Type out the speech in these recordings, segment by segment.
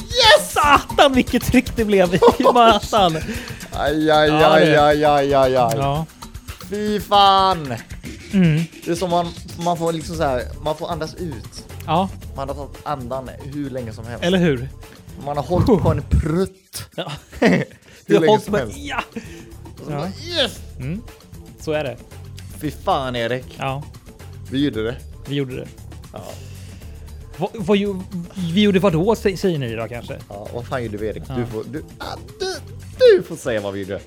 Yes! Satan vilket tryck det blev i Maratan! Aj, aj, Ja, aj, det- aj, aj, aj, aj. Ja. Fy fan! Mm. Det är som man, man får liksom så här, man får andas ut. ja, Man har tagit andan hur länge som helst. eller hur? Man har hållit på en prutt. Ja. hur länge hållit som på- helst. Ja. Och så Ja. bara, yes! Mm. Så är det. Fy fan Erik, Ja, vi gjorde det. vi gjorde det. Ja. Vad, vad, ju- vi gjorde vad då sä- säger ni då kanske? Ja, vad fan gjorde vi Erik? Ja. Du, får, du, ah, du, du får säga vad vi gjorde.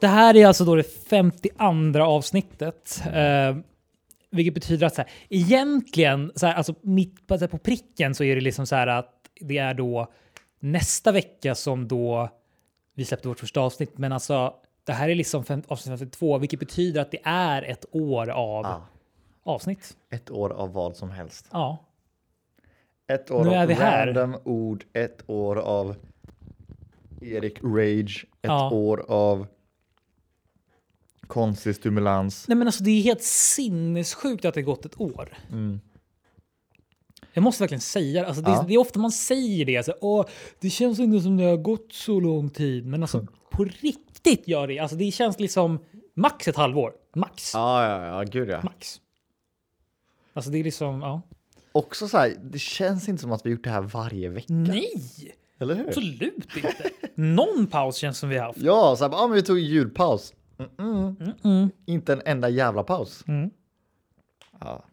Det här är alltså då det 52 avsnittet. Eh, vilket betyder att så här, egentligen, så här, alltså mitt på, så här, på pricken så är det liksom så här att det är då nästa vecka som då vi släppte vårt första avsnitt. Men alltså det här är liksom fem, avsnitt 52, vilket betyder att det är ett år av Ja. avsnitt. Ett år av vad som helst. Ja, Ett år Nu är av vi här. random ord, ett år av Erik Rage, ett Ja. år av konstig stimulans. nej men alltså det är helt sinnessjukt att det gått ett år. Mm. Jag måste verkligen säga det. Alltså, det, Ja. det är ofta man säger det. Alltså, Åh, det känns inte som det har gått så lång tid. Men alltså, Mm. på riktigt gör det. Alltså, det känns liksom max ett halvår. Max. Ja, ja, ja, gud ja. Max. Alltså det är liksom, ja. Också så här, det känns inte som att vi gjort det här varje vecka, Nej, eller hur? absolut inte. Någon paus känns som vi har haft. Ja, så här, ja, men vi tog julpaus. Mm-mm. Inte en enda jävla paus. Mm. Ja.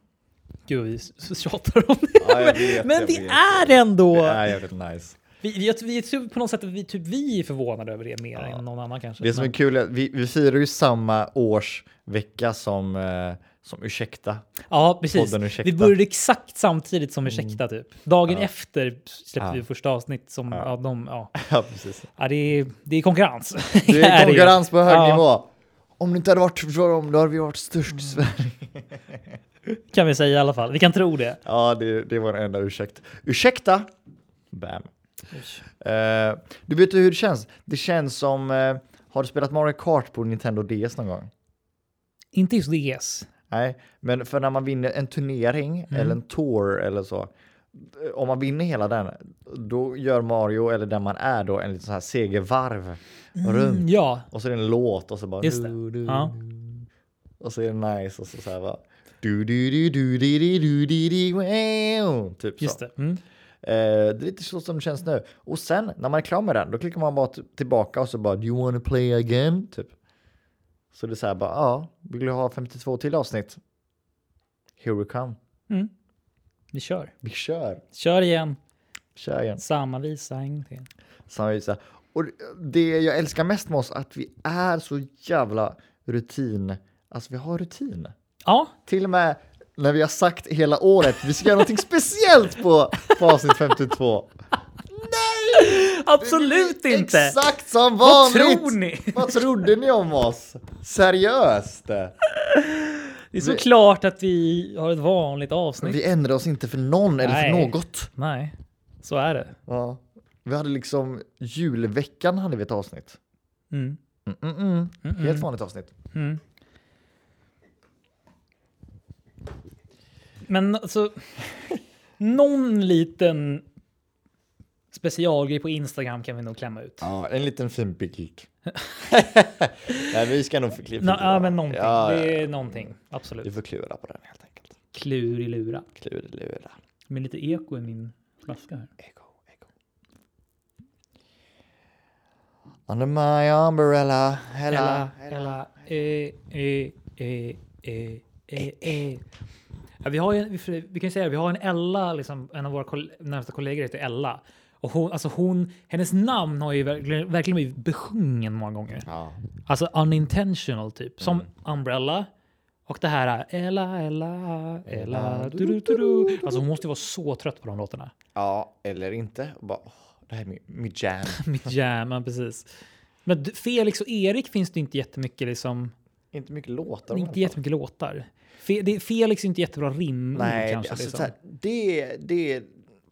Gud, vi s- s- tjatar om det. Ja, jag vet, Men jag det vet. är ändå... Det är jävligt nice. Vi, vi, jag, vi, jag tror på något sätt att vi, typ, vi är förvånade över det mer än någon annan kanske. Det som är Men- kul är att vi, vi firar ju samma årsvecka som, eh, som Ursäkta. Ja, precis. Podden Ursäkta. Mm. Vi började exakt samtidigt som Ursäkta, typ. Dagen efter släppte Ja. vi första avsnitt som, ja, de, ja. Ja, precis. ja det, är, det är konkurrens. Det är ju. konkurrens på hög Ja, Mm. nivå. Om det inte hade varit för dem, då hade vi varit störst i Sverige. kan vi säga i alla fall. Vi kan tro det. Ja, det, det var den enda ursäkt. Ursäkta! Bam. Eh, du vet ju hur det känns? Det känns som... eh, har du spelat Mario Kart på Nintendo DS någon gång? Inte just DS. Nej, men för när man vinner en turnering Mm. eller en tour eller så. eh, Om man vinner hela den, då gör Mario, eller där man är då, en liten så här segervarv runt. Mm, ja, Och så är det en låt och så bara... Just det. Du, du, Ja. Och så är det nice och så, så här bara... Du, du, du, du, du, du, du, du, du, wow. Typ just så. det. Mm. Eh, det är lite så som det känns nu. Och sen när man är klar med den, då klickar man bara t- tillbaka och så bara Do you wanna play again? Typ. Så det är så här bara, ja, vill du ha 52 till avsnitt? Here we come. Mm. Vi kör. Vi kör. Kör igen. Kör igen. Samma visa, ingenting. Så han är ju så här. Och det jag älskar mest med oss är att vi är så jävla rutin. Alltså vi har rutin. Ja, Till och med när vi har sagt hela året vi ska göra någonting speciellt på, på avsnitt 52. absolut inte. Exakt som Vad vanligt! tror ni? Vad trodde ni om oss? Seriöst? Det är så Vi- klart att vi har ett vanligt avsnitt. Vi ändrade oss inte för någon eller för Nej. något. Nej, så är det. Ja. Vi hade liksom julveckan hade vi ett avsnitt. Mm. Mm, mm, mm. Helt vanligt avsnitt. Men alltså, någon liten specialgrej på Instagram kan vi nog klämma ut. Ja, en liten fin bild. Nej, vi ska nog förklara. Nå, ja, men någonting. Ja, ja. det är någonting. Vi Absolut. får klura på den helt enkelt. Klurilura. Klurlura. Med lite eko i min flaska här. Ego, ego. Under my umbrella, hella, hella. hela. Eh, eh, eh, eh, eh, eh. Ja, vi, har ju, vi, vi kan ju säga det, vi har en Ella, liksom, en av våra koll- närmsta kollegor heter Ella. Och hon, alltså hon, hennes namn har ju verkligen, verkligen blivit besjungen många gånger. Ja. Alltså unintentional typ. Mm. Som Umbrella. Och det här Ella, Ella, Ella, du, du, du, du. Alltså hon måste ju vara så trött på de låtarna. ja, eller inte. Och Bara, åh, det här är min, min jam. Mitt jam, ja, precis. Men du- Felix och Erik finns det inte jättemycket liksom. inte mycket låtar. i alla Inte fall. jättemycket låtar. Fe, det, Felix är inte jättebra rim Nej, kanske. alltså, liksom. så här, det, det,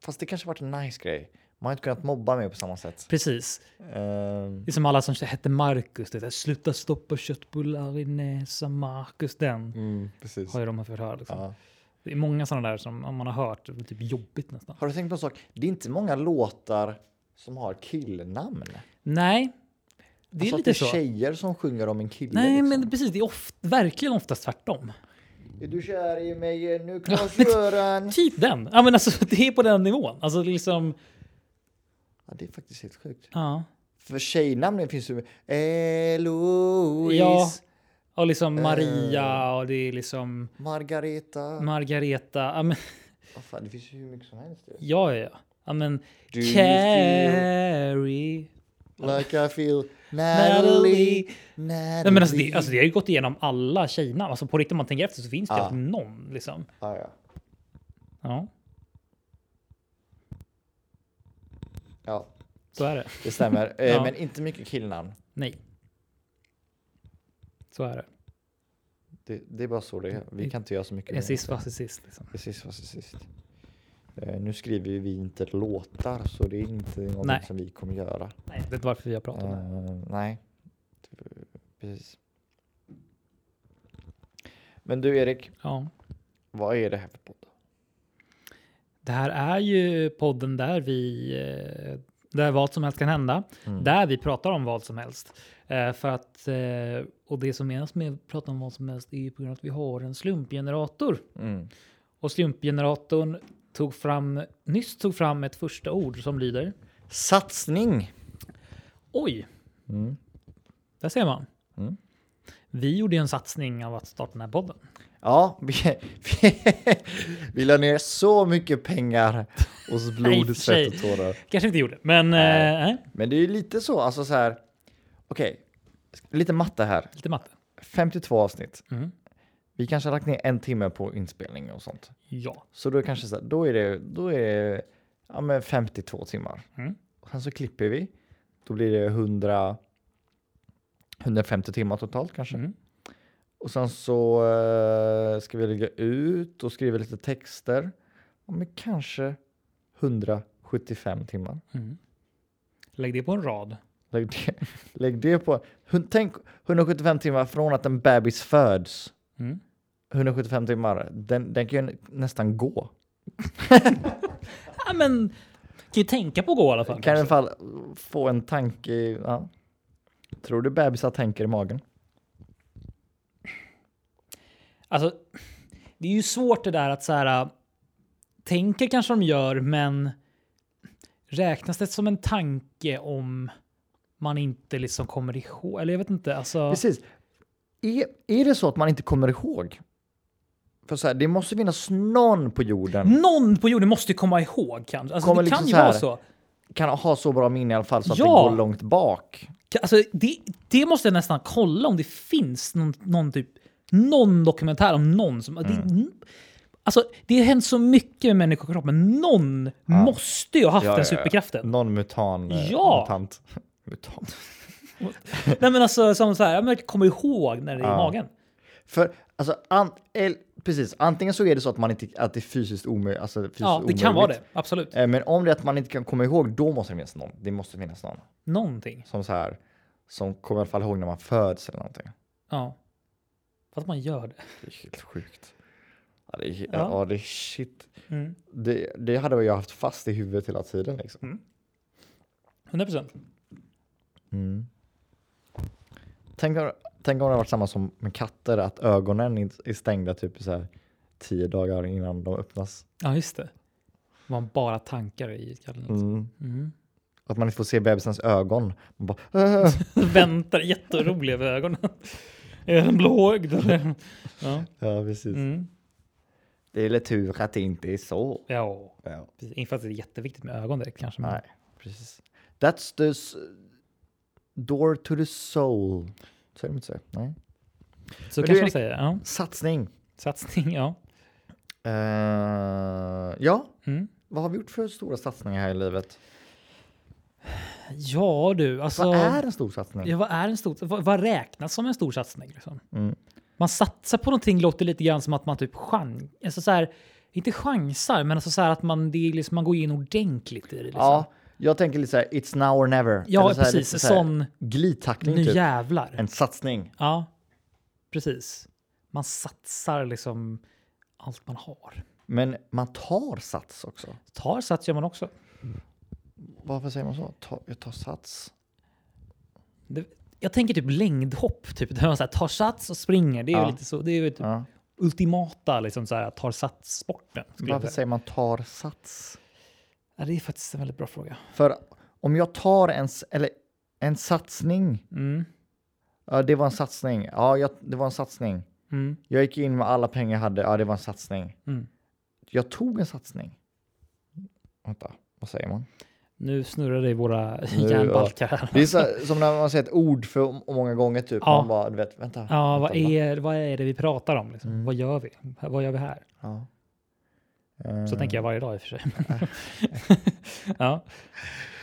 fast det kanske varit en nice grej. Man har inte kunnat mobba mig på samma sätt. Precis. Ehm, Det är som alla som hette Marcus. Det är, så här, Sluta stoppa köttbullar i näsan, Marcus den. precis. Har ju de fått höra. Liksom. Mm. Ja. Det är många sådana där som man har hört. Det är typ jobbigt nästan. Har du tänkt på en sak? Det är inte många låtar som har killnamn. Nej. Det är alltså lite att det så. är tjejer som sjunger om en kille. Nej, liksom. men precis. Det är oft, verkligen oftast tvärtom. Är du kär i mig nu Klas-Göran? Typ den. Ja, men alltså, det är på den nivån. Alltså, det är liksom... ja, det är faktiskt helt sjukt. Ja. För tjejnamnen finns ju... Eloise, ja. Och liksom Eh. Maria och det är liksom Margareta. Margareta. Ja, men, Vad fan, det finns ju hur mycket som helst. ju. ja, ja, ja. ja men, Do you Carrie. Like I feel Natalie. Natalie. Nej, men alltså, det, alltså, det har ju gått igenom alla tjejnamn. Alltså, på riktigt, om man tänker efter så finns det Ja. alltid någon. Liksom. Ah, ja. Ja, ja, så är det. det stämmer. Eh, Ja. Men inte mycket killnamn. Nej. Så är det. Det, det är bara så det är. Vi kan inte göra så mycket. mer. Sist fast sist. Liksom. Precis, vad sist. Eh, nu skriver ju vi inte låtar, så det är inte någonting Nej. som vi kommer göra. Nej, det är inte varför vi har pratat om det. Eh, nej, precis. Men du Erik, Ja. vad är det här för podd? Det här är ju podden där vi eh, där vad som helst kan hända, där vi pratar om vad som helst. Eh, För att, eh, och det som menas med att prata om vad som helst är ju på grund av att vi har en slumpgenerator. Mm. Och slumpgeneratorn tog fram, nyss tog fram ett första ord som lyder Satsning! Oj, Mm. där ser man. Mm. Vi gjorde ju en satsning av att starta den här podden. Ja, vi, vi, vi la ner så mycket pengar hos Nej, i och blod, för svett och sig. tårar. Kanske inte gjorde, men eh, nej, Men det är ju lite så, alltså så här. Okej, lite matte här. lite matte. 52 avsnitt. Mm. Vi kanske har lagt ner en timme på inspelning och sånt. Ja, Så då är kanske så här, då är det, då är det ja, men 52 timmar. Mm. Och sen så klipper vi. Då blir det 100, 150 timmar totalt kanske. Mm. Och sen så eh, ska vi lägga ut och skriva lite texter. Ja, men kanske 175 timmar. lägg det på en rad. Lägg det, lägg det på. hun- Tänk 175 timmar från att en bebis föds. Mm. 175 timmar. Den, den kan ju nästan gå. Ja, men kan ju tänka på att gå i alla fall. Kan i kanske. alla fall få en tanke. i- Ja. Tror du bebisar tänker i magen? Alltså, det är ju svårt det där att så här. Tänker kanske de gör, men räknas det som en tanke om man inte liksom kommer ihåg? Eller jag vet inte. Alltså, Precis. Är, är det så att man inte kommer ihåg? För så här, det måste finnas någon på jorden någon på jorden måste ju komma ihåg kanske. Alltså, Kommer det liksom kan ju så här- vara så. kan ha så bra minne i alla fall så att Ja. det går långt bak. Ka- Alltså, det, det måste jag nästan kolla om det finns någon, någon typ någon dokumentär om någon som... Det, alltså, det har hänt så mycket med människokroppen. Någon måste ju ha haft den superkraften. Någon mutan. eh, Ja. Mutant. mutant. Nej men alltså som så här, ja, men jag kommer ihåg när det är i magen. För alltså, an, el, precis, antingen så är det så att, man inte, att det är fysiskt omöjligt. Alltså, fysiskt Ja, det kan vara det. omöjligt. Absolut. Eh, Men om det är att man inte kan komma ihåg, då måste det finnas någon. Det måste finnas någon Någonting. som så här, som kommer i alla fall ihåg när man föds eller någonting. Ja. Fast man gör det. Det är helt sjukt. Ja, det är, he- Ja. ja. det är shit. Mm. Det, det hade väl jag haft fast i huvudet hela tiden. Liksom. 100 procent. Tänk, om, tänk om det varit samma som med katter, att ögonen inte- är stängda typ så här tio dagar innan de öppnas. Ja, just det. Man bara tankar i skallen. liksom. Mm. Att man inte får se bebisens ögon. Man bara, Väntar jätteroliga över ögonen. Är den blåögd eller? Ja. ja, precis. Mm. Det är väl tur att det inte är så. Ja, Ja. precis. Inte för att det är jätteviktigt med ögon direkt kanske. Men Nej, precis. That's the s- door to the soul. Säger de inte så? Nej. så Men du, kanske man Erik- säger. Ja. Satsning. Satsning, ja. Eh, ja, Mm. vad har vi gjort för stora satsningar här i livet? Ja du, alltså. Vad är en stor satsning? Ja, vad är en stor, vad, vad räknas som en stor satsning? Liksom? Mm. Man satsar på någonting låter lite grann som att man typ chans, alltså så här, inte chansar, men alltså så här att man, det är liksom, man går in ordentligt i det. Liksom. Ja, jag tänker lite så här, it's now or never. Ja, Eller så här, precis. lite så här Sån- Glidtackling nu typ. jävlar. En satsning. Ja, precis. Man satsar liksom allt man har. Men man tar sats också. Tar sats gör man också. Varför säger man så? Ta, jag tar sats. Det, jag tänker typ längdhopp, typ, där man så här, tar sats och springer. Det är Ja. ju lite så, det är ju typ Ja. ultimata liksom, så här, tar sats-sporten. skulle jag Varför säga. säger man tar sats? Ja, det är faktiskt en väldigt bra fråga. För om jag tar en, s- eller en satsning. Mm. Ja, det var en satsning. Ja, jag, det var en satsning. Mm. Jag gick in med alla pengar jag hade. Ja, det var en satsning. Mm. Jag tog en satsning. Vänta, vad säger man? Nu snurrar det i våra ja. hjärnbalkar. här. Det är så, här- som när man säger ett ord för m- många gånger typ. Ja. Man bara, du vet, vänta. Ja, vänta, vad va? är, vad är det vi pratar om? Liksom? Mm. Vad gör vi? Vad gör vi här? Ja. Så Eh, tänker jag varje dag i och för sig. ja,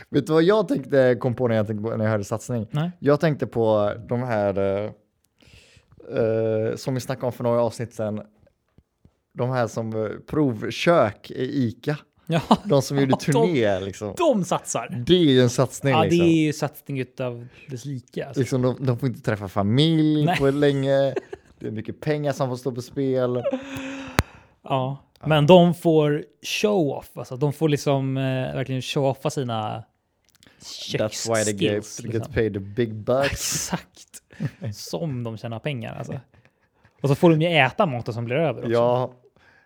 Vet du vad jag tänkte, kom på när jag, tänkte på, när jag hörde satsning? nej. Jag tänkte på de här eh, eh, som vi snackade om för några avsnitt sedan. De här som eh, provkök i ICA. Ja, De som gjorde Ja, de- turné liksom. de satsar! Det är ju en satsning Ja, det liksom. är ju satsning utav dess like. Alltså. liksom de, de får inte träffa familj Nej. på länge. Det är mycket pengar som får stå på spel. Ja. Men de får show-off. Alltså. De får liksom eh, verkligen show-offa sina That's why they köksskills. get, Liksom. get paid the big bucks. Exakt! Som de tjänar pengar alltså. Och så får de ju äta maten som blir över också. Ja.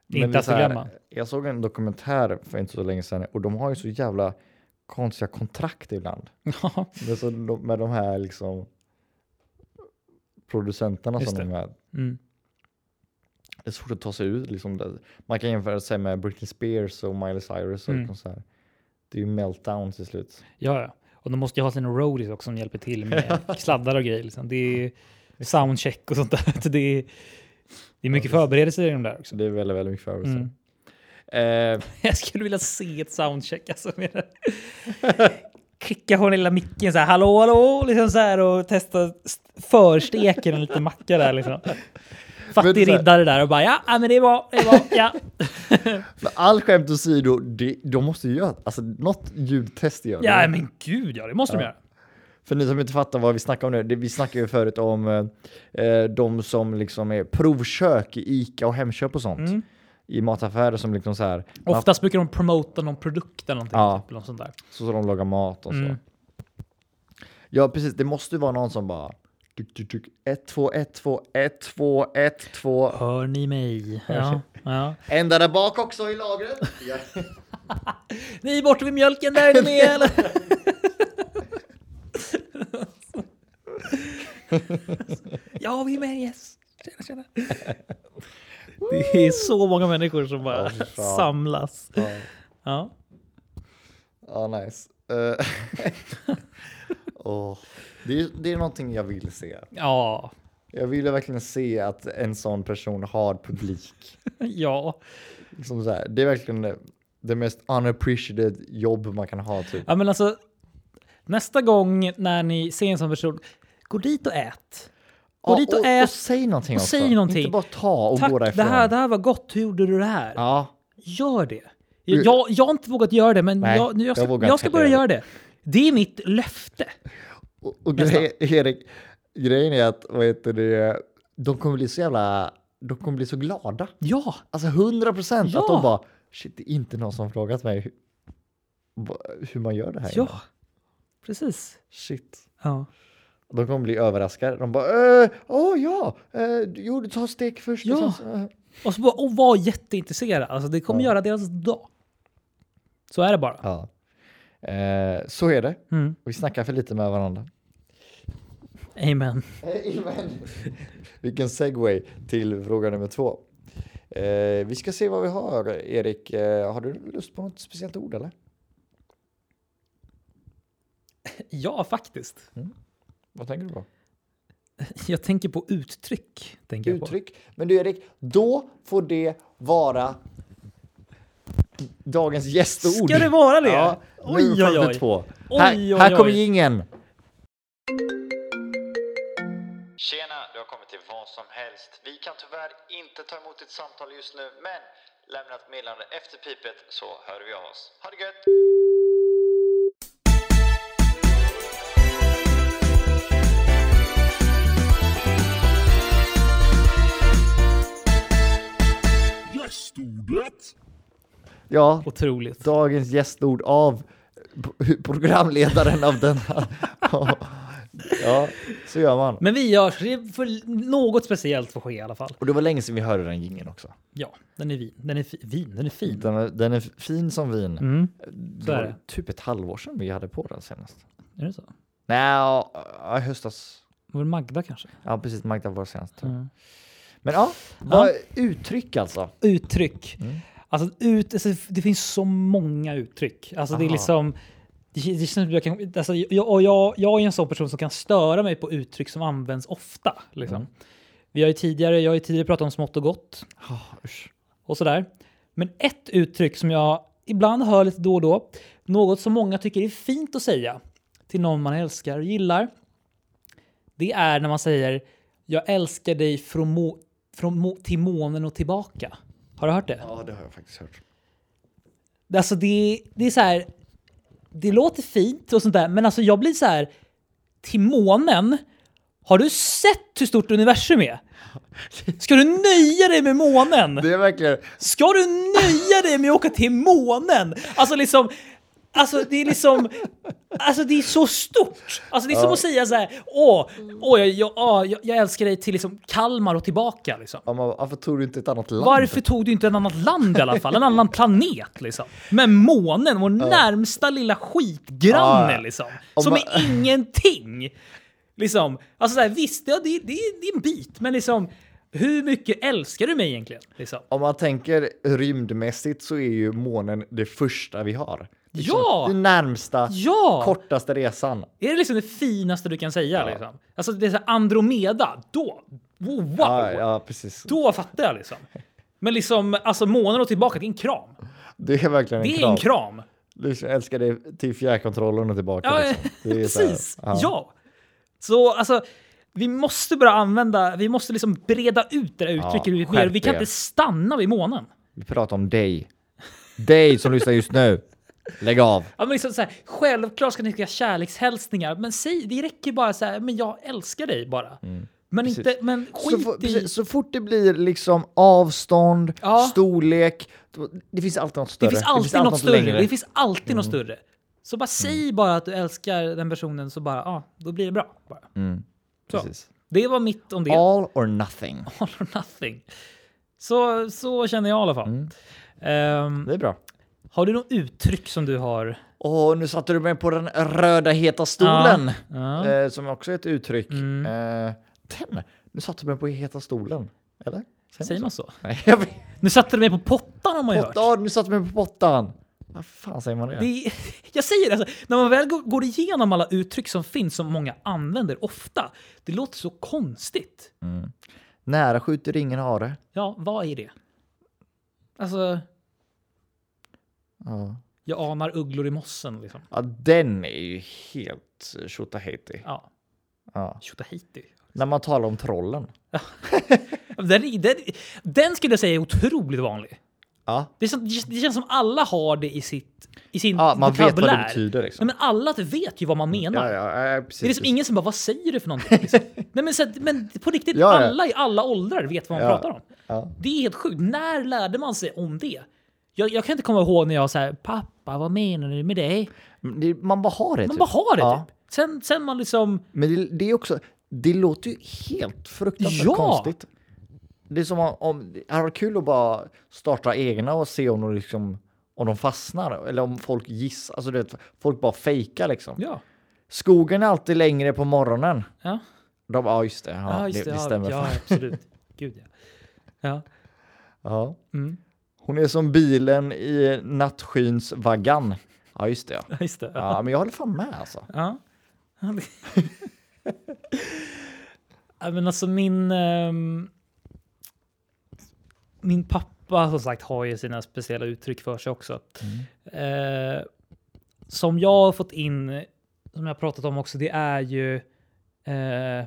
men Inte det är att så här, glömma. Jag såg en dokumentär för inte så länge sedan och de har ju så jävla konstiga kontrakt ibland. Ja. Med, så, de- med de här liksom producenterna Just som de är. Mm. Det är svårt att ta sig ut. Liksom. Det- Man kan jämföra sig med Britney Spears och Miley Cyrus. Och Mm. liksom så här. Det är ju meltdown till slut. Ja, ja. Och de måste ju ha sina roadies också som hjälper till med sladdar och grejer. Liksom. Det är soundcheck och sånt där. Så det, är, det är mycket förberedelser i de där också. Så det är väldigt, väldigt mycket förberedelser. Mm. Eh, Jag skulle vilja se ett soundcheck. Alltså, med det. Klicka på den lilla micken så här, hallå, hallå, liksom så här, och testa st- försteken en liten macka där liksom. Men Fattig så här- riddare där och bara ja, ja, men det är bra, det är bra, ja. men all skämt åsido, det, de måste ju göra alltså, något ljudtest. Gör de. Ja, men gud ja, det måste de Ja. göra. För ni som inte fattar vad vi snackar om nu, det, vi snackade ju förut om eh, eh, de som liksom är provkök i ICA och Hemköp och sånt. Mm. I mataffärer som liksom så här, Oftast brukar de promota någon produkt eller någonting. Ja. Alltså. Typ, eller något sånt där. så som de lagar mat och Mm. så. Ja precis, det måste ju vara någon som bara tuk, tuk, tuk, 1, 2, 1, 2, 1, 2, 1, 2. Hör ni mig? Ja, ja. En där bak också i lagret. Ja. Ni är borta vid mjölken, där är ni med eller? ja, vi är med, yes. Tjena, tjena. Det är så många människor som bara Ja, fy fan. samlas. Ja, Ja. Ja, nice. Eh, åh. det, är, det är någonting jag vill se. ja, Jag vill ju verkligen se att en sån person har publik. ja. Som Liksom så här, det är verkligen det- det mest unappreciated jobb man kan ha typ. Ja, men alltså nästa gång när ni ser en sån person, gå dit och ät. Gå Ja, dit och, och, ät. och säg någonting och också. säg någonting. Inte bara ta och gå Tack, det därifrån. här, det här var gott. Hur gjorde du det här? Ja, Gör det. Jag, jag, jag har inte vågat göra det, men Nej, jag, nu- jag jag ska, vågar jag, inte ska heller börja göra göra det. Det är mitt löfte. och, och grej, Erik, grejen är att vad heter det, de kommer bli så jävla, de kommer bli så glada. Ja, Alltså 100 procent att Ja. de bara, shit det är inte någon som har frågat mig hur, va- hur man gör det här. ja. innan." Precis. Shit. Ja. De kommer bli överraskade. De bara, "Eh, åh ja, eh, du- jo du tar stek först. och Ja. sen så, eh." Och så bara, och var jätteintresserad. Alltså, det kommer Ja. göra deras dag. Så är det bara. ja. Eh, så är det. Mm. Och Vi snackar för lite med varandra. Amen. Vilken segway till fråga nummer två. Eh, vi ska se vad vi har. Erik, eh, har du lust på något speciellt ord eller? Ja, faktiskt. Vad tänker du på? Jag tänker på uttryck. Tänker jag på. Uttryck. Men du Erik, då får det vara dagens gästord. Ska det vara det? Ja, oj, nummer oj, oj. 52. Oj, här, oj, här kommer oj. jingeln. Tjena, du har kommit till vad som helst. Vi kan tyvärr inte ta emot ditt samtal just nu, men lämna ett meddelande efter pipet så hör vi av oss. Ha det gött! Ja, Otroligt. dagens gästord av p- programledaren av denna. ja, så gör man. Men vi gör så det är för något speciellt får ske i alla fall. Och det var länge sedan vi hörde den jingeln också. Ja, den är vin. Den är fi- vin. Den är fin. Den är, den är fin som vin. Mm. det så är var det. typ ett halvår sedan vi hade på den senast. Är det så? Nej, i höstas. Var det Magda kanske? Ja, precis. Magda var senast. tror jag. Mm. Men ja, vad, uttryck alltså. Uttryck. Alltså, ut, alltså, det finns så många uttryck. Alltså, det är Aha. liksom... Det, kän- det känns som att jag, kan, alltså, jag, och jag, jag är en sån person som kan störa mig på uttryck som används ofta. Liksom. Vi har ju tidigare, jag har ju tidigare pratat om smått och gott Ah, usch. och sådär. Men ett uttryck som jag ibland hör lite då och då, något som många tycker är fint att säga till någon man älskar och gillar, det är när man säger “jag älskar dig från, må, från må, till månen och tillbaka”. Har du hört det? Ja, det har jag faktiskt hört. Alltså det, det är så här, det låter fint och sånt där, men alltså jag blir så här, till månen, har du sett hur stort universum är? Ska du nöja dig med månen? Det är verkligen... Ska du nöja dig med att åka till månen? Alltså liksom, alltså det är liksom, alltså det är så stort. Alltså det är som att säga så här, åh, åh jag, jag, åh, jag, jag älskar dig till liksom Kalmar och tillbaka liksom. Ja, men varför tog du inte ett annat land? Varför tog du inte en annat land i alla fall? En annan planet liksom. Men månen, vår närmsta lilla skitgranne Ja, ja. liksom. Om Som man- är ingenting. Liksom, alltså så här, visst, ja, det, det, är- det är en bit, men liksom hur mycket älskar du mig egentligen? Liksom. Om man tänker rymdmässigt så är ju månen det första vi har. Liksom, Ja! Den närmsta, Ja! kortaste resan. Är det liksom det finaste du kan säga? Liksom? Alltså det är så här Andromeda, då, wow, wow. Ja, ja, precis. då fattar jag liksom. Men liksom, alltså månen och tillbaka, det är en kram. Det är verkligen Det en är kram. en kram. Du älskar dig till fjärrkontrollen och tillbaka. Ja, liksom. Det är så här, precis. ja. Så alltså, vi måste börja använda, vi måste liksom breda ut det där uttrycket lite mer. skärp Vi kan er. inte stanna vid månen. Vi pratar om dig. Dig som lyssnar just nu. Lägg av. Ja, men liksom så här, självklart ska ni skicka kärlekshälsningar, men säg, det räcker bara så här, men jag älskar dig bara. Men, Mm. Precis. inte, men skit Så, fo- i... precis, så fort det blir liksom avstånd, Ja. storlek, då- det finns alltid något större. Det finns alltid något, Mm. större. längre. Det finns alltid något större. Så bara säg bara att du älskar den personen så bara, ja, då blir det bra. Bara. så. Precis. Det var mitt om det. All All or nothing. or nothing. Så, så känner jag i alla fall. Ehm, Det är bra. har du något uttryck som du har? Åh, nu satte du mig på den röda heta stolen. Ja. Mm. Eh, som också är ett uttryck. Eh, den, nu satte du mig på heta stolen. Eller? Säger man så? Nej, jag vet. Nu satte du mig på pottan har man ju hört. Potta, nu satte du mig på pottan. Vad fan säger man det? Det är, jag säger det, alltså, när man väl går- går igenom alla uttryck som finns som många använder ofta, det låter så konstigt. Nära skjuter ingen hare. Ja, vad är det? Alltså, Ja. jag anar ugglor i mossen liksom. ja, den är ju helt tjotahejti. Ja, Ja. Tjotahejti. När man talar om trollen. Den, är- den, den skulle jag säga är otroligt vanlig. Ja, Det, är som, det känns som alla har det i, sitt, i sin ja man vet vad det vokabulär. betyder Nej, liksom. men alla vet ju vad man menar. ja, ja, ja, Det är precis. liksom ingen som bara, vad säger du för någonting? Liksom. Nej, men, så att, men på riktigt, Ja, ja. alla i alla åldrar vet vad man Ja. pratar om. Ja. Det är helt sjukt. När lärde man sig om det? Jag, jag kan inte komma ihåg när jag sa pappa, vad menar du med det? Men det- Man bara har det. Man typ. bara har det Ja. typ. Sen, sen man liksom, Men det, det är också, det låter ju helt fruktansvärt Ja. konstigt. Det är som om, om det hade varit kul att bara starta egna och se om de liksom, om de fastnar eller om folk gissar, alltså du vet, folk bara fejkar liksom. ja. Skogen är alltid längre på morgonen. Ja, De, ja just det, ja, just det, det ja, stämmer. Ja, fan. absolut. Gud ja. ja. Ja. Mm. Hon är som bilen i nattskyns vaggan. Ja, just det. Ja. Just det. ja, men jag håller fan med alltså. Ja. Ja, men alltså min... ehm, min pappa som sagt har ju sina speciella uttryck för sig också. Mm. Eh, som jag har fått in, som jag har pratat om också, det är ju... Eh,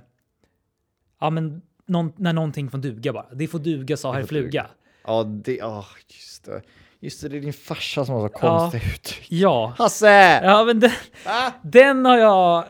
ja, men någon, när någonting får duga bara. Det får duga, sa herr får duga. Fluga. Ja, det, ja, just det. Just det, det är din farsa som har så Ja. konstiga uttryck. Ja. Hasse! Ja, men det, Va? Den har jag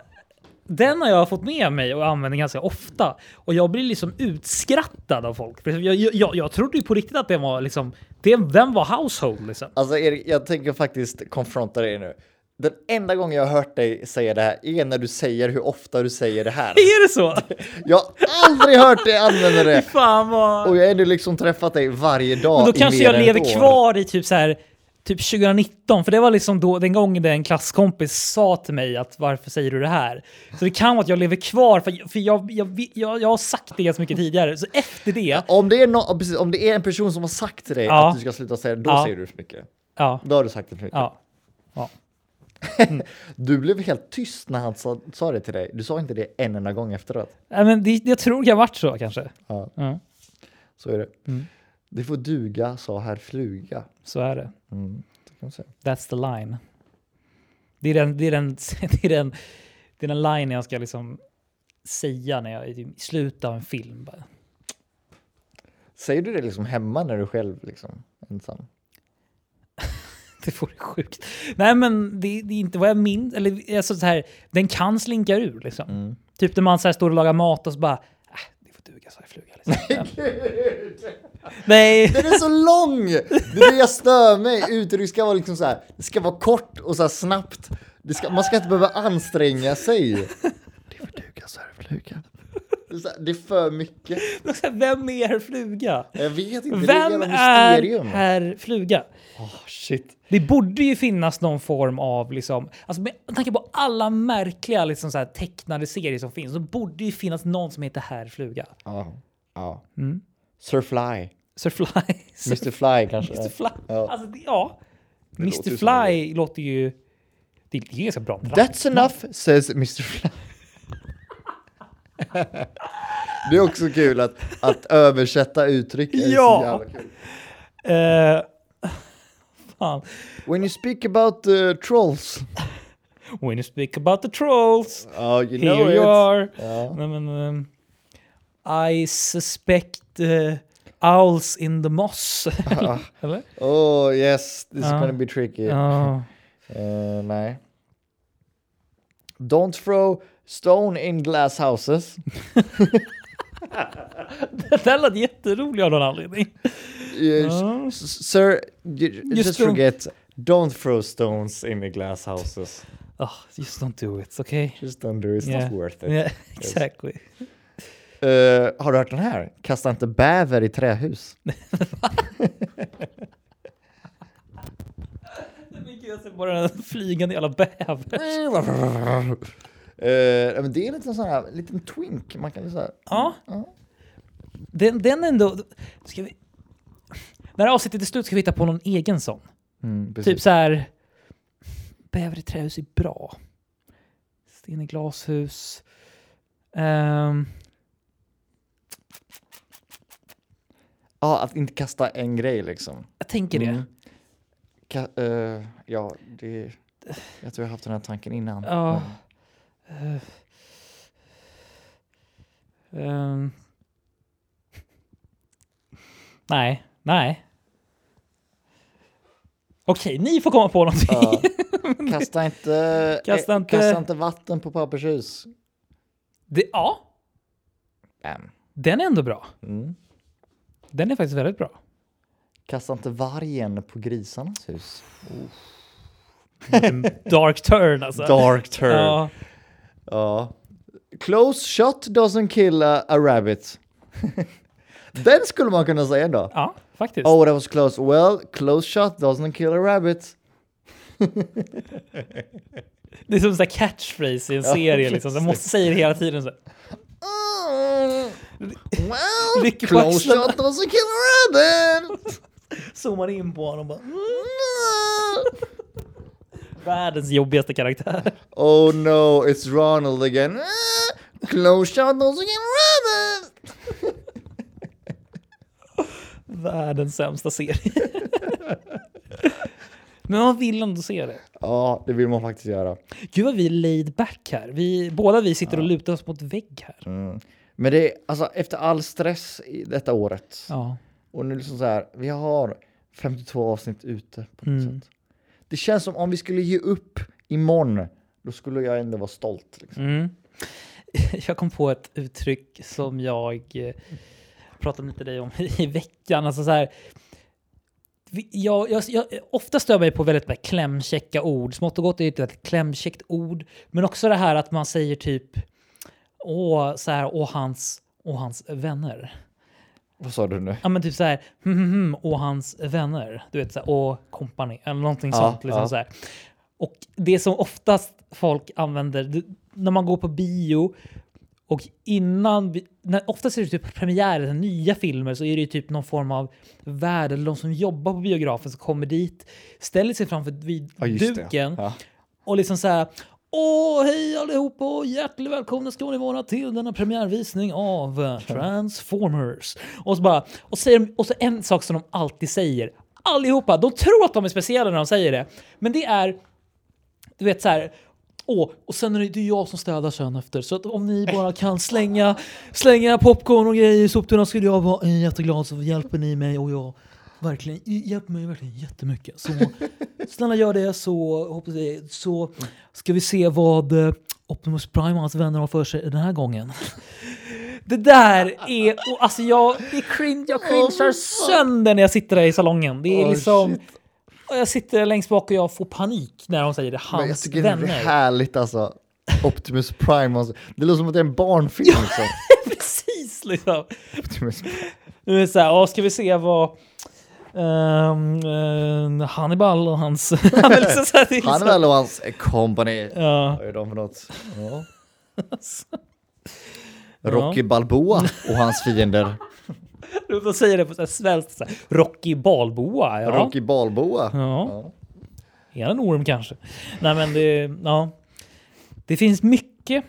den har jag fått med mig och använder ganska ofta. Och jag blir liksom utskrattad av folk. För Jag, jag, jag trodde ju på riktigt att den var liksom, den, den var household liksom. Alltså Erik, jag tänker faktiskt konfronta dig nu. Den enda gången jag har hört dig säga det här är när du säger hur ofta du säger det här. Är det så? Jag har aldrig hört dig använda det. Fan vad... Och jag har ändå liksom träffat dig varje dag Men då i kanske mer jag än ett lever år. kvar i typ så här, typ 2019. För det var liksom då, den gången en klasskompis sa till mig att varför säger du det här? Så det kan vara att jag lever kvar, för, för jag, jag, jag, jag har sagt det ganska mycket tidigare. Så efter det, Om det, är nå- ja, precis, om det är en person som har sagt till dig Ja. att du ska sluta säga det, då Ja. säger du för mycket. ja, Då har du sagt det för mycket. ja. Du blev helt tyst när han sa, sa det till dig. Du sa inte det en enda gång efteråt. Nej, men det, jag tror det kan ha varit så kanske. Ja. Ja, Så är det. Mm. Det får duga, sa herr Fluga. så är det. Mm. Det kan man säga. That's the line. Det är den, det är den, det är den, det är den line jag ska liksom säga när jag är i slutet av en film. Bara. Säger du det liksom hemma när du är själv liksom ensam? Det vore sjukt. Nej, men det, det är inte vad jag minns. Eller alltså så här, den kan slinka ur liksom. Mm. Typ när man så här står och lagar mat och så bara, äh, det får duga så här fluga. Liksom. Nej, Den är så lång! Det är det jag stör mig. Uttryck ska vara liksom så här. Det ska vara kort och så här snabbt. Det ska, man ska inte behöva anstränga sig. Det får duga, sa herr Fluga. Det är så här, Det är för mycket. vem är herr fluga? Jag vet inte. det är ett Vem jävla är mysterium. herr fluga? Åh, shit. Det borde ju finnas någon form av, liksom, alltså med tanke på alla märkliga liksom så här, tecknade serier som finns, så borde ju finnas någon som heter Herr Fluga. Ja. ja. Mm. Sir Fly. Sir Fly. Sir Mr Fly kanske. Mr Fly. Ja. Alltså, det- ja. låter Mr ju som Fly låter ju... Det är ju ganska bra. That's enough, says Mr Fly. Det är också kul att, att översätta uttryck. Är Ja. så jävla kul. Eh, fan. When you speak about uh, trolls. When you speak about the trolls, Oh, you here know you it. are. Ja. Nej, men, ehm, I suspect eh, owls in the moss. Eller? Oh yes, this is Ja. gonna be tricky. Ja. Eh, nej. Don't throw stone in glass houses. Det där lät jätteroligt av någon anledning. You- Ja. s- Sir, you, Just just don't- forget. Don't throw stones in the glass houses. Oh, just don't do it, okej? Just don't do it. It's Yeah. not worth it. Okay? Yeah, exactly. Eh, har du hört den här? Kasta inte bäver i trähus. Men gud, jag ser bara den här flygande jävla bäver. Eh, men det är en liten sån här liten twink. Man kan ju så här. Ja. Ja. Den, den ändå... Ska vi... När avsnittet är slut ska vi hitta på någon egen sån. Mm, Typ så här... Bäver i trähus är bra. Sten i glashus. Ehm, Ja, att inte kasta en grej liksom. jag tänker det. Mm. Ka- eh, ja, det... Jag tror jag har haft den här tanken innan. Ja. men- Eh, Ehm. Nej, nej. Okej, ni får komma på någonting. Ja. Kasta inte, eh, Kasta inte- kasta inte vatten på pappershus. Det, ja, Bam. den är ändå bra. Mm. Den är faktiskt väldigt bra. Kasta inte vargen på grisarnas hus. Dark turn alltså. Dark turn. Ja. Ja. Close shot doesn't kill a, a rabbit. Den skulle man kunna säga då. ja, faktiskt. Oh, that was close. Well, close shot doesn't kill a rabbit. Det är som en catchphrase i en serie. Liksom. Man måste säga det hela tiden. Så. här. Mm. Well, Rycker på close axlarna. shot was a killer rabbit! Zoomar in på honom och bara... "Mm, Världens jobbigaste karaktär. Oh no, it's Ronald again. Close shot was a killer rabbit! Världens sämsta serie. Men man vill ändå se det. Ja, det vill man faktiskt göra. Gud vad vi är laid back här. Vi, båda vi sitter och lutar oss mot vägg här. Mm. Men det är alltså efter all stress i detta året Ja. och nu liksom så här, vi har 52 avsnitt ute på något Mm. sätt. Det känns som om vi skulle ge upp imorgon, då skulle jag ändå vara stolt. Liksom. Mm. Jag kom på ett uttryck som jag eh, pratade med dig om i veckan. Alltså så här, vi- jag, jag, jag, ofta stör jag mig på väldigt med klämkäcka ord. Smått och gott är ju ett väldigt klämkäckt ord. Men också det här att man säger typ åh, så här, åh hans, åh hans vänner. Vad sa du nu? Ja men typ så här, hm, hm, hm, och hans vänner. Du vet så här, och company eller någonting Ja, sånt. Liksom ja. så här. Och det som oftast folk använder, det- när man går på bio och innan, vi- när, oftast är det typ premiärer, så här, nya filmer, så är det ju typ någon form av värld eller de som jobbar på biografen som kommer dit, ställer sig framför vid Ja, just duken det. Ja. och liksom så här Åh, hej allihopa och hjärtligt välkomna ska ni vara till denna premiärvisning av eh, Transformers. Och så, bara, och, säger, de- och så en sak som de alltid säger. Allihopa, de tror att de är speciella när de säger det. Men det är, du vet så här, åh, och sen är det, det är jag som städar sen efter. Så att om ni bara kan slänga, slänga popcorn och grejer i soptunnan skulle jag vara eh, jätteglad så hjälper ni mig och jag verkligen, hjälper mig verkligen jättemycket. Så Snälla gör det så, hoppas vi, så ska vi se vad eh, Optimus Prime och hans vänner har för sig den här gången. Det där är... Och alltså jag, det är cringe, jag cringear sönder när jag sitter där i salongen. Det är Åh, liksom... Oh, shit. Och jag sitter längst bak och jag får panik när de säger det. Men jag Hans tycker vänner. det är härligt alltså. Optimus Prime, alltså. det låter som att det är en barnfilm. Liksom. Precis liksom. Optimus Nu är det så här, ja, ska vi se vad... ehm, ehm, Hannibal och hans... Han är liksom så här, det är liksom, Hannibal och hans company. Ja. Vad är de för något? Ja. Ja. Rocky Balboa och hans fiender. De säger det på så här svenskt. Så här, Rocky Balboa. Ja. Rocky Balboa. Ja. Är han en orm kanske? Nej, men det, ja. det finns mycket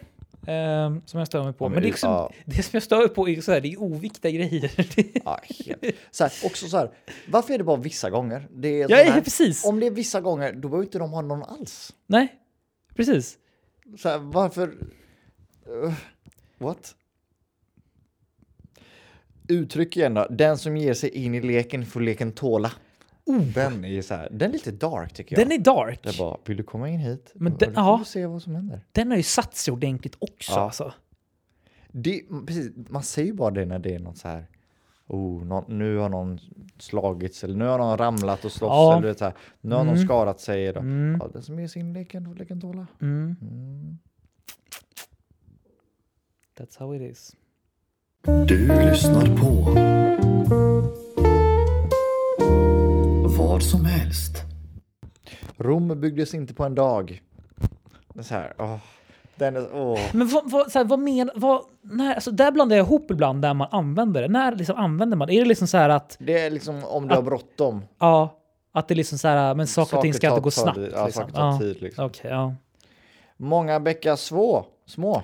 ehm, som jag stör mig på. Ja, men men det, är det- liksom, ja. Alltså, det som jag stör mig på är, så här, det är oviktiga grejer. Det- Ja, helt. Så här, också så här, varför är det bara vissa gånger? Det är Ja, sån här, precis. Om det är vissa gånger, då behöver inte de ha någon alls. Nej, precis. Så här, varför? Ugh, what? Uttryck igen då. Den som ger sig in i leken får leken tåla. Den är så här, den är lite dark tycker jag. Oh. Den är dark. Det var, vill du komma in hit? Men Och det- då får ja. du se vad som händer. Den har ju satt sig ordentligt också. Ja. Alltså. Det, precis, man säger ju bara det när det är något så här. Oh, någon, nu har någon slagits eller nu har någon ramlat och slåss. Ja. Eller, du vet, så här, nu har någon Mm. skadat sig. Då. Mm. Ja, den som ger sig in i leken får leken tåla. Mm. Mm. That's how it is. Du lyssnar på vad som helst. Rom byggdes inte på en dag. Det är så här, åh. Den är, åh. Men vad, vad, så här, vad men, vad, när, alltså där blandar jag ihop ibland där man använder det. När liksom använder man det? Är det liksom så här att, Det är liksom om du har bråttom. ja, att det är liksom så här, men saker och ting ska tar- inte gå tar snabbt? tid. Ja, liksom. saker tar Ja. tid. Liksom. Okej, ja. Många bäckar små. små.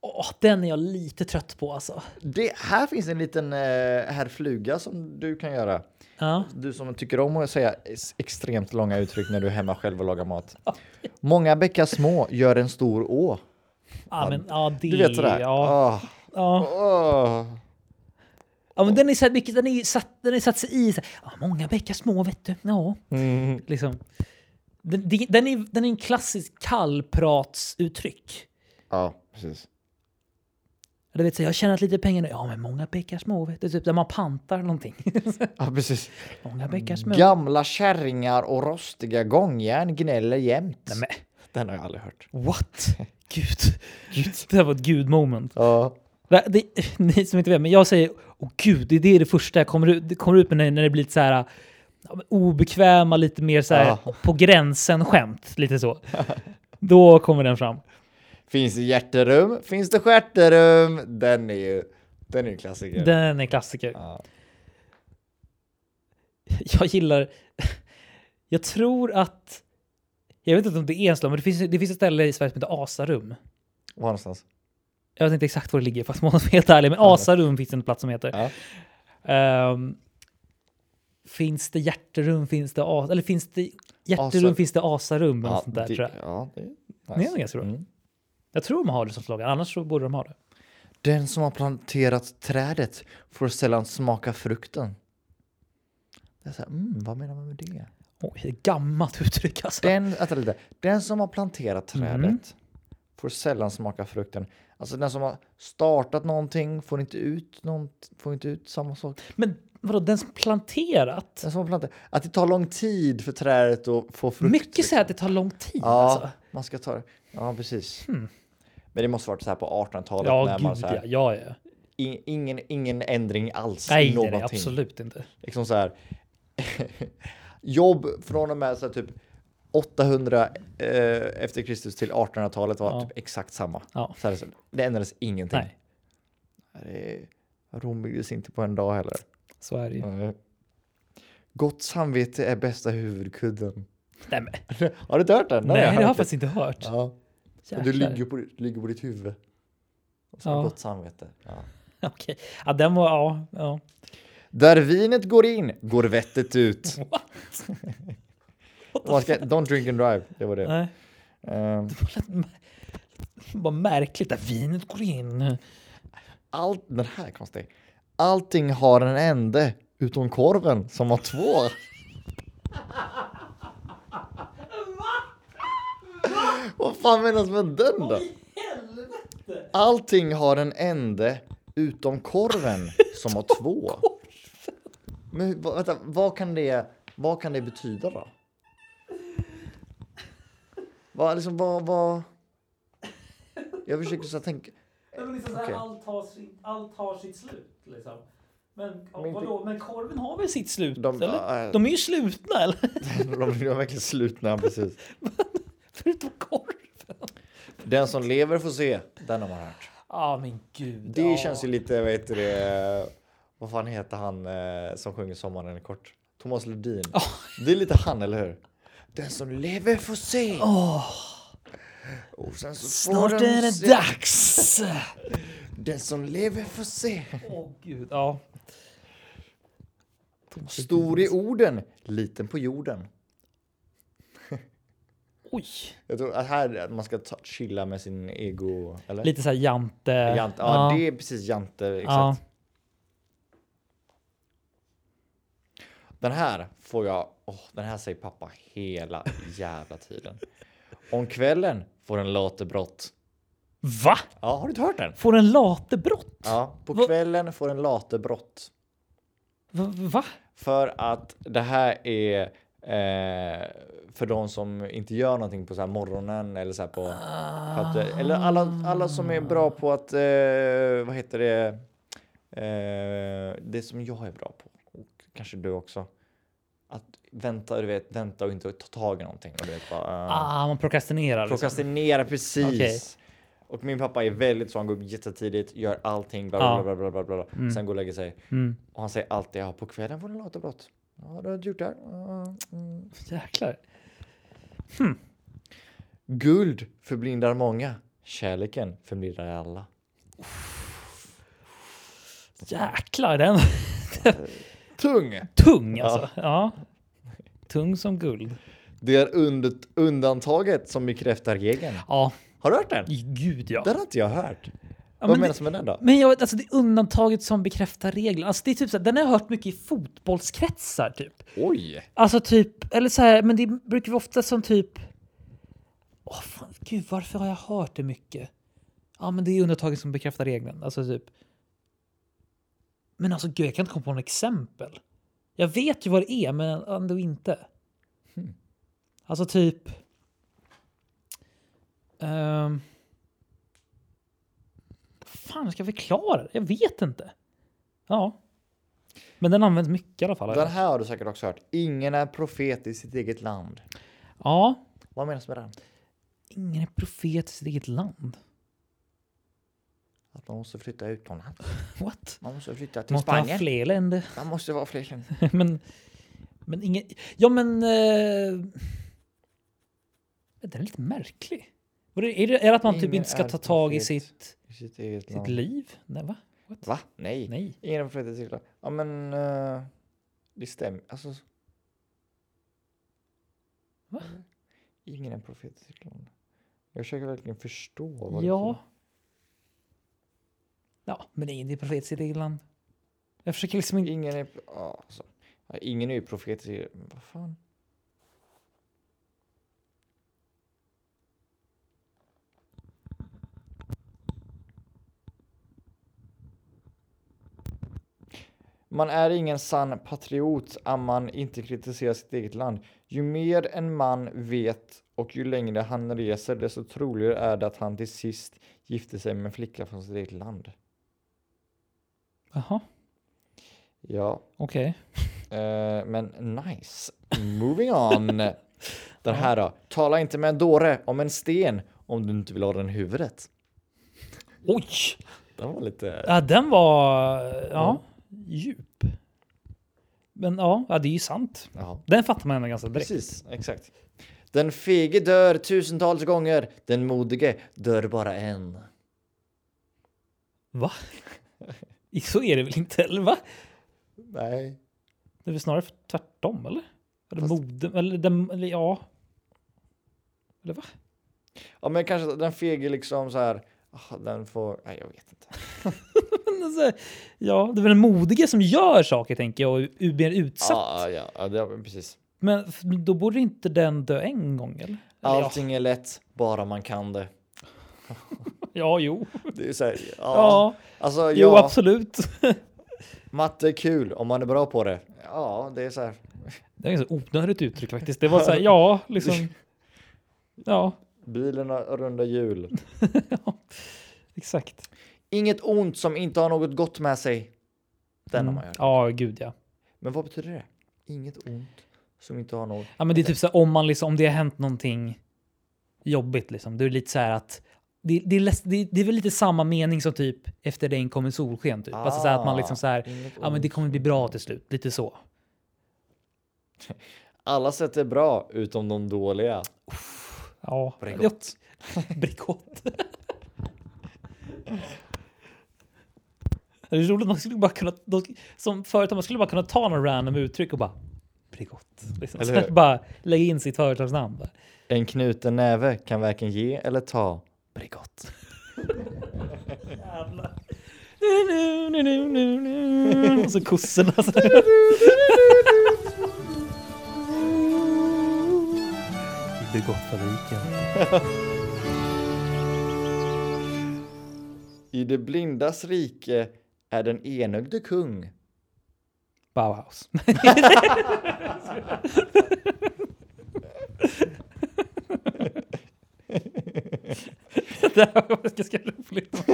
Åh, den är jag lite trött på alltså. Det, här finns en liten eh, herr fluga som du kan göra. Ja. Du som tycker om att säga s- extremt långa uttryck när du är hemma själv och lagar mat. Många bäckar små gör en stor å. Ja, men, ja, det, Du vet sådär. Ja, Ah, ja. ah. ja, men den är, så här, mycket- den är, ju satt, den är satt sig i. Så här, ja, många bäckar små vet du. Ja, liksom. den, det- den, är, den är en klassisk kallpratsuttryck. Ja, precis. Du vet, så här, jag tjänat lite pengar nu. Ja, men många bäckar små vet du. Typ där man pantar någonting. Ja, precis. många bäckar små. Gamla kärringar och rostiga gångjärn gnäller jämt. Nej, men, Den har jag aldrig hört. what? Gud. Det här var ett gud-moment. Ja. Va, Det, ni som inte vet, men jag säger åh gud, det det är det första jag kommer ut, det kommer ut med när, när det blir lite så här ja, men obekväma, lite mer så här Ja. på gränsen skämt, lite så. Då kommer den fram. Finns det hjärterum? Finns det stjärterum? Den är ju, den är ju en klassiker. Den är klassiker. Ja. Jag gillar... Jag tror att... Jag vet inte om det är en slum, men det finns, det finns ett ställe i Sverige som heter Asarum. Var någonstans? Jag vet inte exakt var det ligger, fast man är helt ärlig. Men Asarum finns det en plats som heter. Ja. Ehm, finns det hjärterum, finns det as Eller finns det hjärterum, Asa- finns det asarum? Eller Ja, något sånt där, det, tror jag. ja, det är Det är nice. Mm. nog ganska bra. Jag tror de har det som slogan, annars så borde de ha det. Den som har planterat trädet får sällan smaka frukten. Det är så här, mm, vad menar man med det? Oj, det är gammalt uttryck alltså. Den, vänta lite. den som har planterat trädet Mm. får sällan smaka frukten. Alltså den som har startat någonting får inte ut, någon, får inte ut samma sak. Men vadå, den som planterat? Den som har planterat. Att det tar lång tid för trädet att få frukt. Mycket säger att det tar lång tid liksom. Ja, alltså. Hmm. man ska ta det. Ja, precis. Men det måste varit så här på 1800-talet. Ja, när man gud så här, ja. ja, ja. in, ingen, ingen ändring alls. Nej, i nej, nej, någonting. absolut inte. liksom så här, jobb från och med så här, typ 800 eh, efter Kristus till 1800-talet var Ja. typ exakt samma. Ja. Så här, så det ändrades ingenting. Nej, Det är- Rom byggdes inte på en dag heller. så är det ju. Mm. Gott samvete är bästa huvudkudden. Nej, men, Har du inte hört den? nej, det har jag hört faktiskt inte hört. den. Ja. Och Du Jäklar. ligger på, ditt- ligger på ditt huvud. Och så Ja. Gott samvete. Ja. Okej. Ja, den var... Ja, ja. Där vinet går in går vettet ut. What? Man ska, don't drink and drive. Det var det. Nej, Ehm, det lät mär- vad märkligt. Där vinet går in. Allt, den här är konstig. Allting har en ände utom korven som har två. Vad fan menas med den då? Allting har en ände utom korven som har två. Men hur- va- vänta, vad kan det, vad kan det betyda då? Vad, liksom, vad, vad? Jag försöker så här tänka. Okej. liksom allt, har sitt, allt har sitt slut liksom. Men, Men inte- vadå? korven har väl sitt slut? De- eller? äh. de är ju slutna eller? De blev verkligen slutna precis. Förutom korven. Den som lever får se. Den har man hört. Ja men gud. Det ja. känns ju lite, vad heter det, vad fan heter han eh, som sjunger Sommaren är kort? Thomas Ledin. Det är lite han, eller hur? Den som lever får se. Och sen så Snart får är den det se. dags! Den som lever får se. Åh gud, ja. Stor i orden, liten på jorden. Oj. Jag tror att här att man ska ta, chilla med sin ego, eller? Lite såhär jante. Jante. Ja, det är precis jante, exakt. Ja. Den här får jag, åh, den här säger pappa hela jävla tiden. Om kvällen får en late brott. Va? Ja, har du inte hört den? Får en latebrott? Ja, på Vad- kvällen får en late brott. Va? va? För att det här är eh, för de som inte gör någonting på så här morgonen eller så här på... För att, eh, eller alla, alla som är bra på att, eh, vad heter det, eh, det som jag är bra på och kanske du också. Att vänta, du vet, vänta och inte ta tag i någonting. Och du vet, bara, eh. Ah, man prokrastinerar. liksom. Prokrastinera precis. Okej. Och min pappa är väldigt så, han går upp jättetidigt, gör allting, bla Ja. bla bla bla bla, bla, bla. Mm. sen går och lägger sig. Mm. Och han säger alltid, ja på kvällen får du låta brott. Ja, du har inte gjort det här. Ja, mm. Jäklar. Guld förblindar många, kärleken förblindar alla. Jäklar, den Tung! tung alltså. Ja. Tung som guld. Det är und- undantaget som bekräftar regeln. Ja, Har du hört den? gud ja. Den har inte jag hört. ja Vad men, det, menas med den då? men jag vet, alltså det är undantaget som bekräftar regeln. Alltså det är typ så här, den har jag hört mycket i fotbollskretsar typ. Oj! Alltså typ, eller så här, men det brukar vi ofta som typ... Åh fan, gud varför har jag hört det mycket? Ja men det är undantaget som bekräftar regeln. Alltså typ... Men alltså gud, jag kan inte komma på något exempel. Jag vet ju vad det är, men ändå inte. Hmm. Alltså typ... Um, fan ska jag förklara det? Jag vet inte. Ja. Men den används mycket i alla fall. Den här har du säkert också hört. Ingen är profet i sitt eget land. Ja. Vad menas med den? Ingen är profet i sitt eget land. Att man måste flytta utomlands. What? Man måste flytta till Måste ha Spanien. fler länder. man måste vara fler länder. men, men ingen... Ja, men... Eh, den är lite märklig. Var det- Är det, är det att man typ Ingen inte ska är ta tag i profet. sitt, I sitt eget sitt land. liv? Nej, va? What? Va? Nej. Nej. Ingen har flyttat till Ja men eh, det stämmer. Alltså. Va? Ingen är profet i sitt land. Jag försöker verkligen förstå. Vad Ja. Ja, men ingen är profet i sitt eget land. Jag försöker liksom Det inte... ingen är. ja, Alltså. Ja, Ingen är ju profet i sitt. men Vad fan? Man är ingen sann patriot om man inte kritiserar sitt eget land. Ju mer en man vet och ju längre han reser desto troligare är det att han till sist gifter sig med en flicka från sitt eget land. Jaha, Ja, okej. eh, men nice. Moving on. Den här då. Tala inte med en dåre om en sten om du inte vill ha den i huvudet. Oj! Den var lite... Ja, den var ja, djup. Men ja, ja, det är ju sant. Ja. Den fattar man ändå ganska direkt. Precis, exakt. Den fege dör tusentals gånger, den modige dör bara en. Va? Så är det väl inte? Eller va? Nej. Det är väl snarare tvärtom, eller? Eller Fast- modem, eller, dem, eller ja. Eller va? Ja, men kanske den fege liksom så här, ah, den får, nej jag vet inte. Men alltså, ja, det är väl den modige som gör saker, tänker jag, och är mer utsatt. Ja, Ah, ja, ja, det, precis. Men f- då borde inte den dö en gång, eller? eller Allting är lätt, bara man kan det. Ja, ja jo. Det är så här, ja. Ja, Alltså, jo, ja, absolut. matte är kul om man är bra på det. Ja, det är så här. Det är ett ganska onödigt uttryck faktiskt. Det var så här, ja, liksom. Ja, Bilen har runda hjul. exakt. Inget ont som inte har något gott med sig. Den har Mm. man hört. Ja, gud ja. Men vad betyder det? Inget ont som inte har något. Ja, men det är typ så här, om man liksom, om det har hänt någonting jobbigt liksom. Det är lite så här att det, det, är, läs- det, det är väl lite samma mening som typ efter regn kommer solsken typ. Alltså så här att man liksom så här, Ah, Inget ja men det ont. kommer bli bra till slut. Lite så. Alla sätt är bra utom de dåliga. Ja. Brigott. Brigott. Det är roligt, man skulle bara kunna, de, som företag, man skulle bara kunna ta några random uttryck och bara Brigott. Liksom. Eller Så att hur? bara lägga in sitt företagsnamn. Bara. En knuten näve kan varken ge eller ta. Brigott. Nu, nu, nu, nu, nu. Och så kossorna. Så. Brigottfabriken. I det blindas rike är den enögde kung. Bauhaus. Det här var ganska roligt.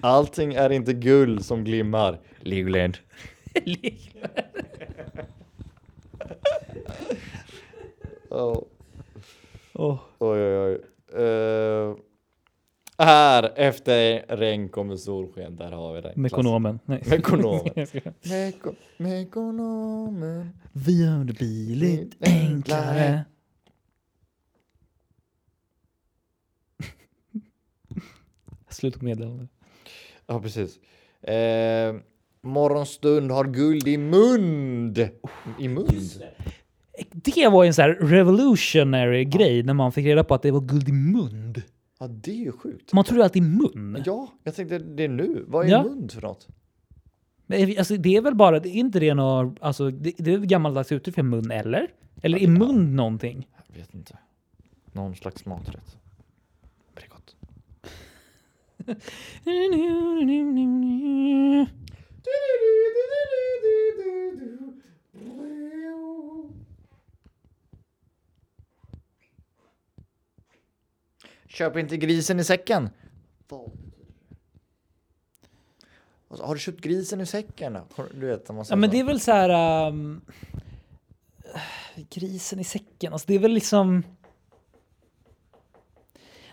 Allting är inte guld som glimmar. Legoland. Oh. Åh. Oj, oj, oj. Eh, här, efter regn kommer solsken. Där har vi det. Mekonomen. Nej. Mekonomen. Jag skojar. Meko- Mekonomen. Vi gör det billigt Lite enklare. enklare. Slut på meddelandet. Ja, precis. Eh, morgonstund har guld i mund. I mund? Det var ju en så här revolutionary grej när man fick reda på att det var guld i mund. Ja, det är ju sjukt. Man tror ju alltid mun. Ja, jag tänkte det är nu. Vad är Ja. mund för något? Men alltså, det är väl bara, det är inte det något, alltså det, det är ett gammaldags uttryck för mun eller? Eller är mun någonting? Jag vet inte. Någon slags maträtt. Brigott. Köp inte grisen i säcken. Vad? Alltså, har du köpt grisen i säcken? då? Har- Du vet, om man Ja säger men så. det är väl så här, ehm, grisen um, i säcken. Alltså det är väl liksom...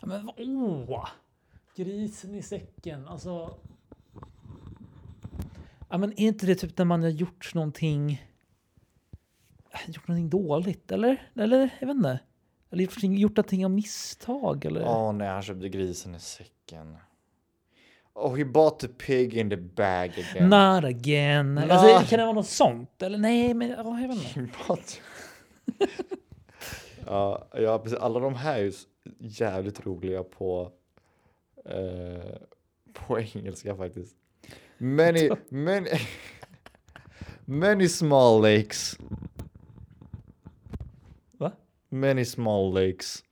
Ja, men vad- åh! Grisen i säcken, alltså... Ja, men är inte det typ när man har gjort någonting... Gjort någonting dåligt, eller? Eller jag vet inte. Eller gjort någonting- gjort någonting av misstag, eller? Åh nej, han köpte grisen i säcken. Oh, he bought the pig in the bag again. Not again. Alltså, kan det vara något sånt? Eller nej, men ja, jag vet inte. He bought... ja, ja, precis. Alla de här är ju s- jävligt roliga på, eh, på engelska faktiskt. Many, many, many small lakes. Va? Many small lakes.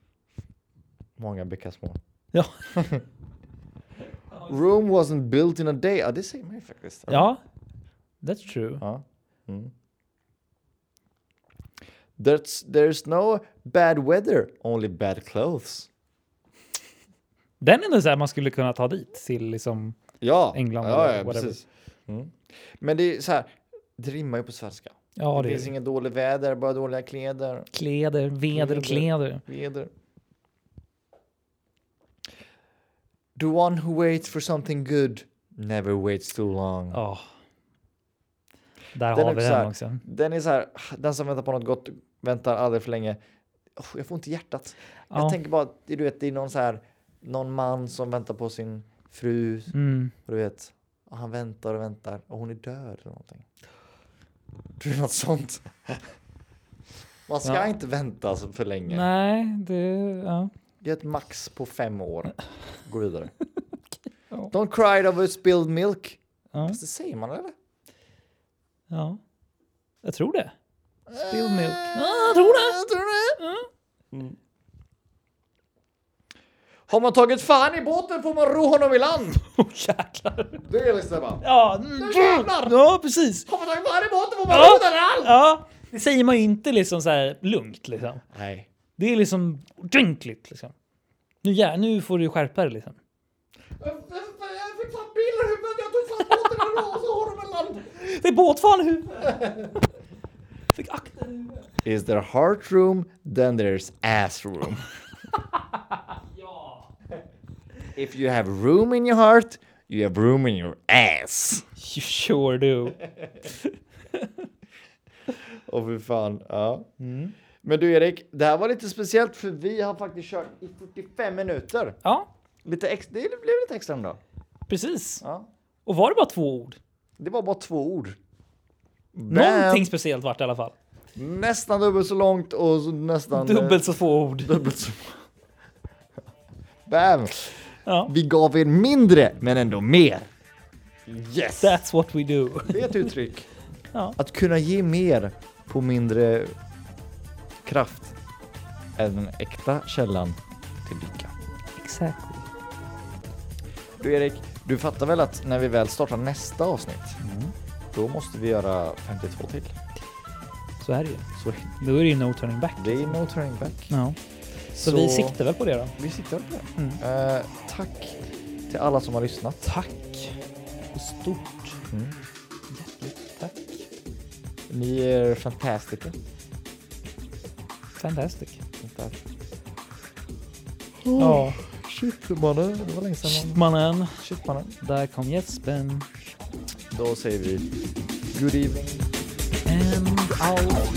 Många bäckar små. Ja. Rome wasn't built in a day. Ja, det säger man ju faktiskt. ja, that's true. Ja. Mm. There's, there's no bad weather, only bad clothes. Den är nog så här man skulle kunna ta dit till liksom... Ja, England ja, eller ja whatever. precis. Mm. Men det är så här, det rimmar ju på svenska. Ja, det det finns är inget dåligt väder, bara dåliga kläder. kläder, veder och kläder. Väder. The one who waits for something good never waits too long. Ja. Där Den har är vi också så den här- också. Den är så här, den som väntar på något gott väntar aldrig för länge. Oh, jag får inte hjärtat. Ja. Jag tänker bara, att, du vet, det är någon så här, någon man som väntar på sin fru, Mm. och du vet, och han väntar och väntar och hon är död eller någonting. Du är något sånt. Man ska Ja. inte vänta så för länge. Nej, det... Ja. Det är ett max på fem år. Gå vidare. ja. Don't cry over spilled milk. Ja. Fast det säger man eller? ja. Jag tror det. Spilled milk. Ja, jag tror det. Eh, Jag tror det. Har man tagit fan i båten får man ro honom i land. Åh, jäklar. Det är liksom bara. Ja, mm. jävlar! ja, precis. Har man tagit fan i båten får man Ja. ro den i land. Ja. Det säger man ju inte liksom så här lugnt. Liksom. Nej. Det är liksom ordentligt. Liksom. Nu, ja, nu får du skärpa dig. Liksom. Jag fick fan bil i huvudet, jag tog fan båten och så har de en land. Det är båtfan i huvudet! Fick akta dig. Is there heart room, then there's ass room. Ja. If you have room in your heart, you have room in your ass. You sure do. Åh fy fan, ja. Mm. Men du Erik, det här var lite speciellt för vi har faktiskt kört i 45 minuter. Ja, Lite ex- det blev lite extra ändå. precis. Ja. Och var det bara två ord? Det var bara två ord. Någonting speciellt vart i alla fall. Nästan dubbelt så långt och så nästan... eh, Dubbelt så få ord. dubbelt så... Bam! Ja. Vi gav er mindre, men ändå mer. Yes! That's what we do. Det är ett uttryck. Ja. Att kunna ge mer på mindre kraft är den äkta källan till lycka. Exakt. Du Erik, du fattar väl att när vi väl startar nästa avsnitt, Mm. då måste vi göra 52 till. Så är det ju. Så Då är det ju no turning back. det är no turning back. Ja. Så, vi siktar väl på det då. Vi siktar på det. Mm. Eh, tack till alla som har lyssnat. Tack. Mm. Och stort. Tack. Ni är fantastiska. Fantastic. Fantastic. Ja. Shit mannen, det var länge sedan man... Mannen, Shit mannen. där kom Jespen. Då säger vi good evening. And out.